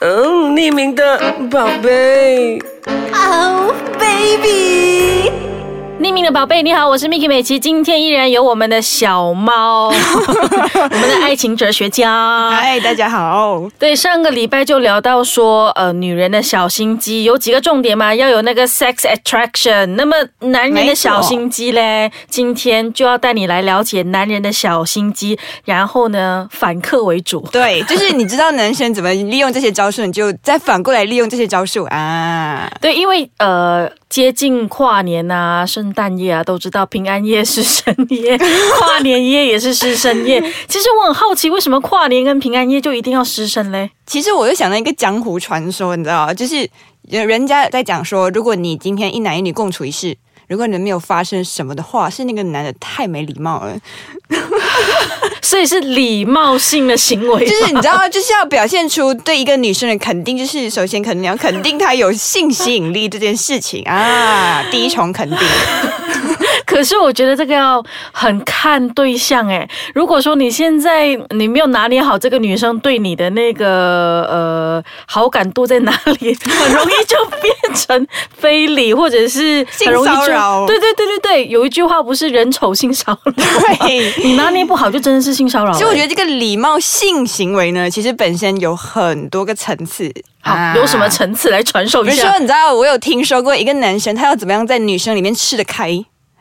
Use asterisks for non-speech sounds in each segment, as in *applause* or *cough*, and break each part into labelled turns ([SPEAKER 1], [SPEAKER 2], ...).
[SPEAKER 1] 嗯，匿名的宝贝。
[SPEAKER 2] Oh baby，
[SPEAKER 3] 匿名的宝贝，你好，我是 Miki 美琪，今天依然有我们的小
[SPEAKER 2] *laughs*
[SPEAKER 3] 猫，我们的爱情哲学家。
[SPEAKER 2] 嗨，大家好。
[SPEAKER 3] 对，上个礼拜就聊到说，呃，女人的小心机有几个重点嘛，要有那个 sex attraction。那么男人的小心机嘞，今天就要带你来了解男人的小心机，然后呢，反客为主。
[SPEAKER 2] 对，就是你知道男生怎么利用这些招数，你就再反过来利用这些招数啊。
[SPEAKER 3] 对，因为呃，接近跨年啊、圣诞夜啊，都知道平安夜是深夜，跨年夜也是师生
[SPEAKER 2] *laughs*
[SPEAKER 3] 夜。其实我很好奇，为什么跨年跟平安夜就一定要师生嘞？
[SPEAKER 2] 其实我又想到一个江湖传说，你知道吗？就是人家在讲说，如果你今天一男一女共处一室，如果你们没有发生什么的话，是那个男的太没礼貌了。
[SPEAKER 3] 所以是礼貌性的行为。
[SPEAKER 2] 就是你知道，就是要表现出对一个女生的肯定，就是首先可能你要肯定她有性吸引力这件事情啊，第一重肯定。
[SPEAKER 3] *laughs* 可是我觉得这个要很看对象诶。如果说你现在你没有拿捏好这个女生对你的那个呃好感度在哪里，很容易就变成非礼，或者是很容易就
[SPEAKER 2] 性骚扰
[SPEAKER 3] 对对对对对，有一句话不是人丑性骚扰，
[SPEAKER 2] 对，
[SPEAKER 3] 你拿捏不好就真的是性骚扰了。
[SPEAKER 2] 其实我觉得这个礼貌性行为呢，其实本身有很多个层次。
[SPEAKER 3] 好，有什么？层次来传授
[SPEAKER 2] 比
[SPEAKER 3] 一
[SPEAKER 2] 如说，
[SPEAKER 3] 下？
[SPEAKER 2] 你知道我啊有听说过一个男生，他要怎么样在女生里面吃得开？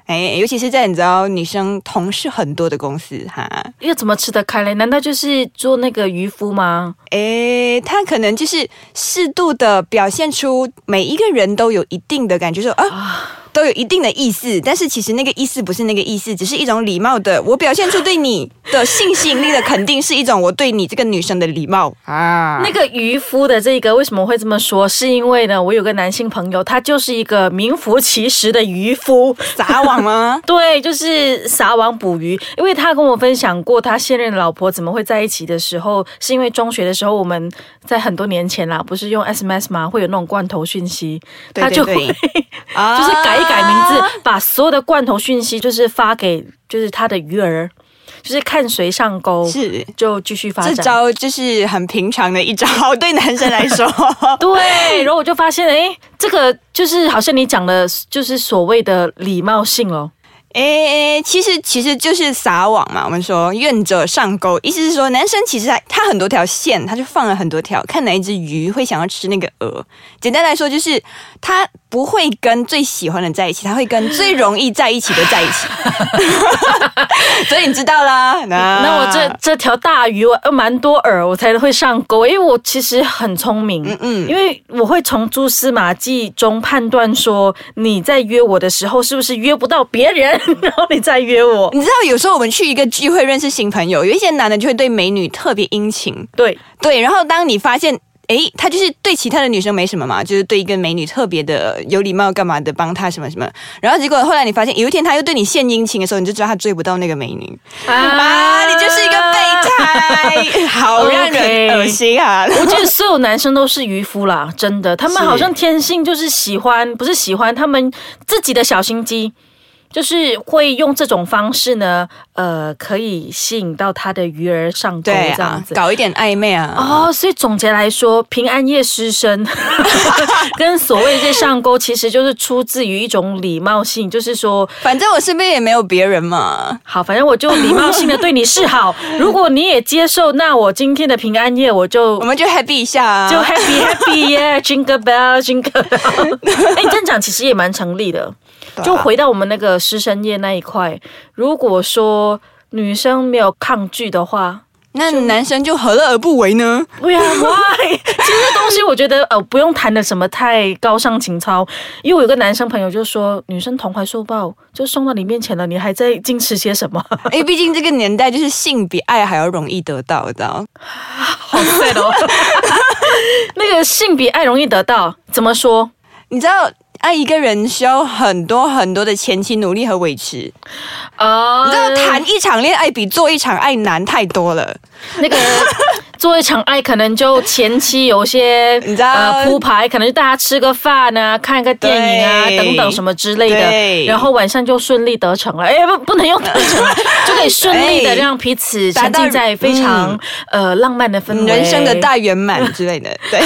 [SPEAKER 2] 哎，尤其是在你知道女生同事很多的公司哈，
[SPEAKER 3] 要怎么吃得开嘞？难道就是做那个渔夫吗？
[SPEAKER 2] 哎，他可能就是适度的表现出每一个人都有一定的感觉，说啊。都有一定的意思，但是其实那个意思不是那个意思，只是一种礼貌的。我表现出对你的性吸引力的肯定，是一种我对你这个女生的礼
[SPEAKER 3] *laughs*
[SPEAKER 2] 貌啊。
[SPEAKER 3] 那个渔夫的这个为什么会这么说？是因为呢，我有个男性朋友，他就是一个名副其实的渔夫。？
[SPEAKER 2] 撒网吗
[SPEAKER 3] 对，就是撒网捕鱼，因为他跟我分享过，他现任的老婆怎么会在一起的时候，是因为中学的时候，我们在很多年前啦，不是用 SMS 嘛，会有那种罐头讯息，
[SPEAKER 2] 对
[SPEAKER 3] 他就
[SPEAKER 2] 对啊
[SPEAKER 3] 会 *laughs*
[SPEAKER 2] 对啊
[SPEAKER 3] 就是改一改名字，把所有的罐头讯息就是发给就是他的鱼儿，就是看谁上钩，
[SPEAKER 2] *laughs* 是
[SPEAKER 3] 就继续发
[SPEAKER 2] 这
[SPEAKER 3] 展。
[SPEAKER 2] 招就是很平常的一招，对男生
[SPEAKER 3] *laughs*
[SPEAKER 2] 来说。 *laughs*
[SPEAKER 3] 对，然后我就发现，哎，这个就是好像你讲的，就是所谓的礼貌性哦。
[SPEAKER 2] 诶、其实其实就是撒网嘛。我们说愿者上钩，意思是说男生其实他他很多条线，他就放了很多条，看哪一只鱼会想要吃那个鹅。简单来说就是他不会跟最喜欢的在一起，他会跟最容易在一起的在一
[SPEAKER 3] *laughs*
[SPEAKER 2] 起。所以你知道啦，那
[SPEAKER 3] 那 *laughs* 我这这条大鱼，我要蛮多饵，我才会上钩。因为我其实很聪明，嗯嗯，因为我会从蛛丝马迹中判断说，你在约我的时候是不是约不到别人， *laughs* 然后你再约我。
[SPEAKER 2] 你知道，有时候我们去一个聚会认识新朋友，有一些男的就会对美女特别殷勤，
[SPEAKER 3] 对，
[SPEAKER 2] 对。然后当你发现，诶，他就是对其他的女生没什么嘛，就是对一个美女特别的有礼貌，干嘛的，帮她什么什么。然后结果后来你发现，有一天他又对你献殷勤的时候，你就知道他追不到那个美
[SPEAKER 3] *laughs*
[SPEAKER 2] 女啊，你就是一个备
[SPEAKER 3] *laughs*
[SPEAKER 2] 胎，好让人
[SPEAKER 3] OK
[SPEAKER 2] 恶心啊！
[SPEAKER 3] *laughs* 我觉得所有男生都是渔夫啦，真的，他们
[SPEAKER 2] 是
[SPEAKER 3] 好像天性就是喜欢，不是喜欢他们自己的小心机，就是会用这种方式呢，呃，可以吸引到他的鱼儿上钩
[SPEAKER 2] 对
[SPEAKER 3] 这样
[SPEAKER 2] 啊，
[SPEAKER 3] 子。
[SPEAKER 2] 搞一点暧昧啊，
[SPEAKER 3] 哦，所以总结来说，平安夜失身 *laughs* 跟所谓这上钩，其实就是出自于一种礼貌性，就是说，
[SPEAKER 2] 反正我身边也没有别人嘛。
[SPEAKER 3] 好，反正我就礼貌性的对你示好，如果你也接受，那我今天的平安夜我就
[SPEAKER 2] 我们就 happy 一下啊！
[SPEAKER 3] 哦就 happy happy 耶、j i n g l e bell jingle bell。哎、你这样讲其实也蛮成立的。
[SPEAKER 2] 对啊
[SPEAKER 3] 就回到我们那个师生夜那一块，如果说女生没有抗拒的话，
[SPEAKER 2] 那男生就何乐而不为呢？
[SPEAKER 3] 对啊，why？其实这东西我觉得呃不用谈的什么太高尚情操，因为我有个男生朋友就说，女生同怀受抱就送到你面前了，你还在矜持些什么？ *laughs*
[SPEAKER 2] 因为毕竟这个年代就是性比爱还要容易得到，你知道？
[SPEAKER 3] 好 sad 哦。 *laughs* 那个性比爱容易得到，怎么说？
[SPEAKER 2] 你知道爱一个人需要很多很多的前期努力和维持。
[SPEAKER 3] 哦、
[SPEAKER 2] *laughs* 你知道谈一场恋爱比做一场爱难太多了。
[SPEAKER 3] 那个做一场爱，可能就前期有些
[SPEAKER 2] 你知道
[SPEAKER 3] 呃铺排，可能就大家吃个饭啊，看个电影啊
[SPEAKER 2] 对
[SPEAKER 3] 等等什么之类
[SPEAKER 2] 对
[SPEAKER 3] 的，然后晚上就顺利得逞了。哎，不不能用得
[SPEAKER 2] *laughs*
[SPEAKER 3] 逞了，就可以顺利的
[SPEAKER 2] 哎
[SPEAKER 3] 让彼此
[SPEAKER 2] 达
[SPEAKER 3] 沉
[SPEAKER 2] 到嗯
[SPEAKER 3] 浸在非常呃浪漫的氛围，
[SPEAKER 2] 人生的大圆满
[SPEAKER 3] 嗯
[SPEAKER 2] 之类的，
[SPEAKER 3] *laughs*
[SPEAKER 2] 对，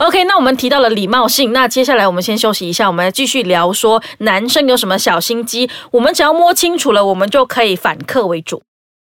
[SPEAKER 3] OK，那我们提到了礼貌性，那接下来我们先休息一下，我们来继续聊说男生有什么小心机，我们只要摸清楚了，我们就可以反客为主。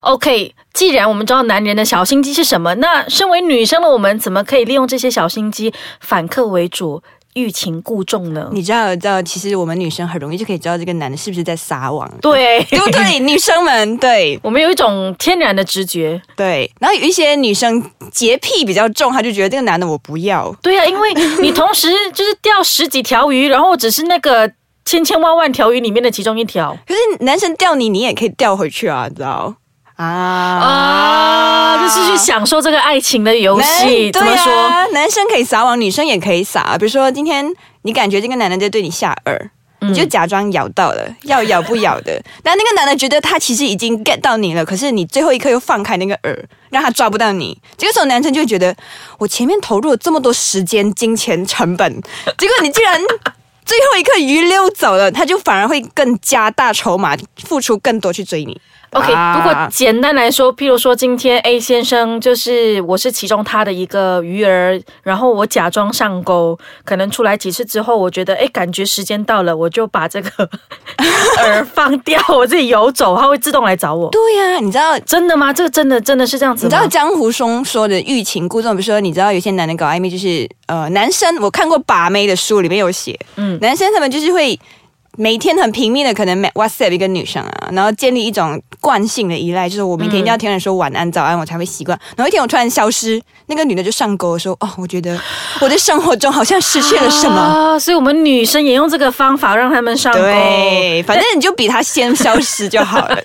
[SPEAKER 3] OK，既然我们知道男人的小心机是什么，那身为女生的我们怎么可以利用这些小心机反客为主、欲擒故纵呢？
[SPEAKER 2] 你知道，知道，其实我们女生很容易就可以知道这个男的是不是在
[SPEAKER 3] *laughs*
[SPEAKER 2] 撒网，
[SPEAKER 3] 对，
[SPEAKER 2] 对不对？女生们，对
[SPEAKER 3] 我们有一种天然的直觉。
[SPEAKER 2] 对。然后有一些女生洁癖比较重，她就觉得这个男的我不要，
[SPEAKER 3] 对啊呀、因为你同时就是钓十几条鱼，然后只是那个千千万万条鱼里面的其中一条。
[SPEAKER 2] 可是男生钓你，你也可以钓回去啊，你知道？啊
[SPEAKER 3] 啊，就是去享受这个爱情的游戏。
[SPEAKER 2] 男
[SPEAKER 3] 怎么
[SPEAKER 2] 对
[SPEAKER 3] 说？
[SPEAKER 2] 啊？男生可以撒网，女生也可以撒。比如说，今天你感觉这个男的在对你下饵，你就假装咬到了，要咬不咬的。但那个男的觉得他其实已经 get 到你了，可是你最后一刻又放开那个饵，让他抓不到你。这个时候，男生就会觉得我前面投入了这么多时间、金钱成本，结果你竟然。最后一刻鱼溜走了，他就反而会更加大筹码，付出更多去追你。
[SPEAKER 3] OK，、
[SPEAKER 2] 啊
[SPEAKER 3] 如果简单来说，譬如说今天 A 先生就是我是其中他的一个鱼儿，然后我假装上钩，可能出来几次之后，我觉得哎，感觉时间到了，我就把这个 *laughs* 饵放掉，我自己游走，它会自动来找我。
[SPEAKER 2] 对呀、你知道
[SPEAKER 3] *laughs* 真的吗？这个真的真的是这样子
[SPEAKER 2] 你知道
[SPEAKER 3] 吗？
[SPEAKER 2] 江湖中说的欲擒故纵，比如说，你知道有些男人搞暧昧，就是呃，男生我看过把妹的书里面有写，
[SPEAKER 3] 嗯
[SPEAKER 2] 男生他们就是会每天很拼命的，可能 WhatsApp 一个女生啊，然后建立一种惯性的依赖，就是我每天一定要听人说晚安、早安，我才会习惯。然后一天我突然消失，那个女的就上钩说，哦，我觉得我的生活中好像失去了什么。
[SPEAKER 3] 啊？所以我们女生也用这个方法让他们 *laughs* 上钩。
[SPEAKER 2] 对，反正你就比他先消失就
[SPEAKER 3] *laughs*
[SPEAKER 2] 好了。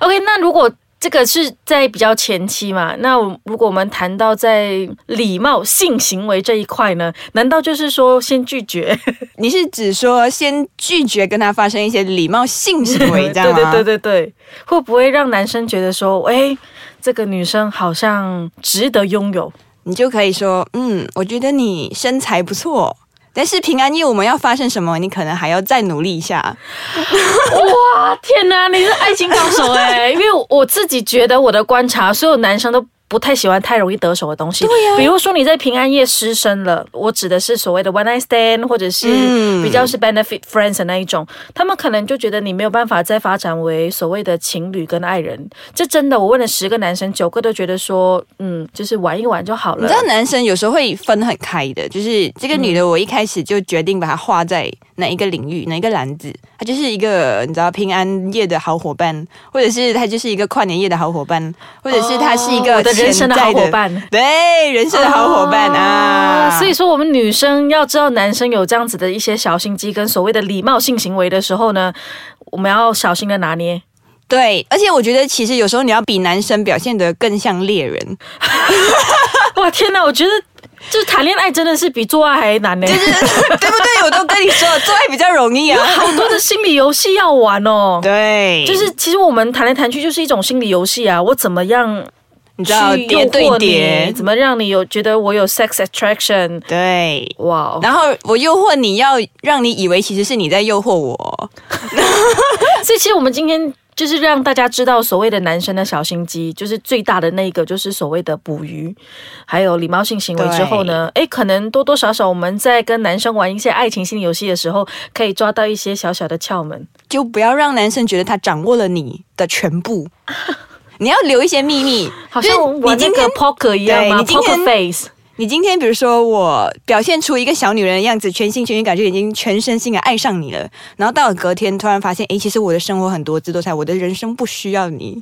[SPEAKER 3] OK，那如果这个是在比较前期嘛，那我如果我们谈到在礼貌性行为这一块呢，难道就是说先拒绝？
[SPEAKER 2] 你是指说先拒绝跟他发生一些礼貌性行
[SPEAKER 3] *laughs*
[SPEAKER 2] 为，这样
[SPEAKER 3] 对
[SPEAKER 2] 吗？
[SPEAKER 3] 对对对对，会不会让男生觉得说，哎，这个女生好像值得拥有？
[SPEAKER 2] 你就可以说，嗯，我觉得你身材不错，但是平安夜我们要发生什么，你可能还要再努力一下。
[SPEAKER 3] 哇，天哪，你是爱情高手哎、因为我自己觉得我的观察，所有男生都。不太喜欢太容易得手的东西，
[SPEAKER 2] 啊
[SPEAKER 3] 对呀、比如说你在平安夜失身了，我指的是所谓的 one night stand，或者是
[SPEAKER 2] 嗯
[SPEAKER 3] 比较是 benefit friends 的那一种，他们可能就觉得你没有办法再发展为所谓的情侣跟爱人。这真的，我问了十个男生，九个都觉得说，嗯，就是玩一玩就好
[SPEAKER 2] 你
[SPEAKER 3] 了
[SPEAKER 2] 知。道男生有时候会分很开的，就是这个女的，我一开始就决定把她划在哪一个领域、哪一个篮子，她就是一个你知道平安夜的好伙伴，或者是她就是一个跨年夜的好伙伴，或者是她是一
[SPEAKER 3] 哦
[SPEAKER 2] 个
[SPEAKER 3] 我的人生的好伙伴哦
[SPEAKER 2] 潜在的，对，人生的好伙伴啊。
[SPEAKER 3] 所以说，我们女生要知道男生有这样子的一些小心机跟所谓的礼貌性行为的时候呢，我们要小心的拿捏。
[SPEAKER 2] 对，而且我觉得其实有时候你要比男生表现得更像猎人，
[SPEAKER 3] *laughs* 哇，天哪！我觉得就是谈恋爱真的是比做爱还难呢， *laughs*
[SPEAKER 2] 就是 *laughs* 对不对？我都跟你说了，做爱比较容易啊。
[SPEAKER 3] 好多的心理游戏要玩哦。
[SPEAKER 2] *laughs* 对，
[SPEAKER 3] 就是其实我们谈来谈去就是一种心理游戏啊，我怎么样
[SPEAKER 2] 你
[SPEAKER 3] 去
[SPEAKER 2] 知道
[SPEAKER 3] 诱
[SPEAKER 2] 叠对
[SPEAKER 3] 惑你，
[SPEAKER 2] 叠，
[SPEAKER 3] 怎么让你有觉得我有 sex attraction？
[SPEAKER 2] 对。
[SPEAKER 3] 哇哦，
[SPEAKER 2] 然后我诱惑你要让你以为其实是你在诱惑我，
[SPEAKER 3] 所以其实我们今天就是让大家知道，所谓的男生的小心机，就是最大的那一个，就是所谓的捕鱼，还有礼貌性行为之后呢，诶，可能多多少少我们在跟男生玩一些爱情心理游戏的时候，可以抓到一些小小的窍门。
[SPEAKER 2] 就不要让男生觉得他掌握了你的全 *laughs* 部。你要留一些秘密，
[SPEAKER 3] 好像
[SPEAKER 2] 就是
[SPEAKER 3] 玩
[SPEAKER 2] 你
[SPEAKER 3] 那
[SPEAKER 2] 今
[SPEAKER 3] 个
[SPEAKER 2] 天
[SPEAKER 3] poker 一样
[SPEAKER 2] 对
[SPEAKER 3] 吗
[SPEAKER 2] 你今天
[SPEAKER 3] ？poker face。
[SPEAKER 2] 你今天比如说我表现出一个小女人的样子，全心全意感觉已经全身心的爱上你了，然后到了隔天突然发现，诶，其实我的生活很多姿多彩，我的人生不需要你。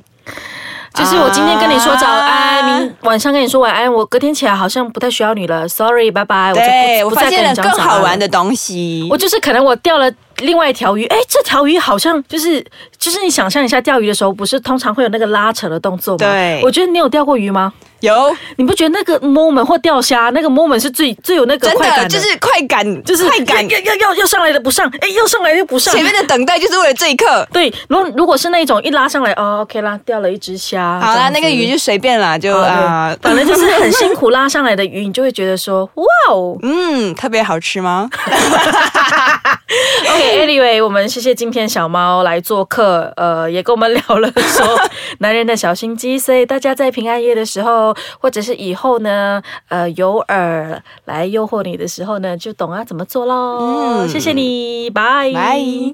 [SPEAKER 3] 就是我今天跟你说早安，
[SPEAKER 2] 啊
[SPEAKER 3] 明晚上跟你说晚安，我隔天起来好像不太需要你了，sorry，拜拜，我就
[SPEAKER 2] 对，
[SPEAKER 3] 不
[SPEAKER 2] 我
[SPEAKER 3] 不
[SPEAKER 2] 发
[SPEAKER 3] 再跟
[SPEAKER 2] 现
[SPEAKER 3] 你
[SPEAKER 2] 了
[SPEAKER 3] 讲
[SPEAKER 2] 更
[SPEAKER 3] 早安
[SPEAKER 2] 好
[SPEAKER 3] 了
[SPEAKER 2] 玩的东西。
[SPEAKER 3] 我就是可能我钓了另外一条鱼，哎，这条鱼好像就是就是你想象一下钓鱼的时候，不是通常会有那个拉扯的动作吗？
[SPEAKER 2] 对
[SPEAKER 3] 我觉得你有钓过鱼吗？
[SPEAKER 2] 有
[SPEAKER 3] 你不觉得那个 moment 或钓虾那个 moment 是最最有那个
[SPEAKER 2] 真
[SPEAKER 3] 快感
[SPEAKER 2] 的就是快感，
[SPEAKER 3] 就是
[SPEAKER 2] 快感。
[SPEAKER 3] 要要要要上来的不上，哎，要上来又不上。
[SPEAKER 2] 前面的等待就是为了这一刻。
[SPEAKER 3] 对，如果如果是那种一拉上来，哦，OK 啦，钓了一只虾。
[SPEAKER 2] 好
[SPEAKER 3] 这
[SPEAKER 2] 啦，
[SPEAKER 3] 样子
[SPEAKER 2] 那个鱼就随便啦，就啊
[SPEAKER 3] 啊，，反正就是很辛苦拉上来的鱼，你就会觉得说，哇哦。
[SPEAKER 2] 嗯，特别好吃吗？
[SPEAKER 3] OK，Anyway，、我们谢谢今天小猫来做客，呃，也跟我们聊了说男人的小心机，所以大家在平安夜的时候，或者是以后呢，呃，有饵 *laughs* 来诱惑你的时候呢，就懂啊怎么做喽。谢谢你，拜
[SPEAKER 2] 拜。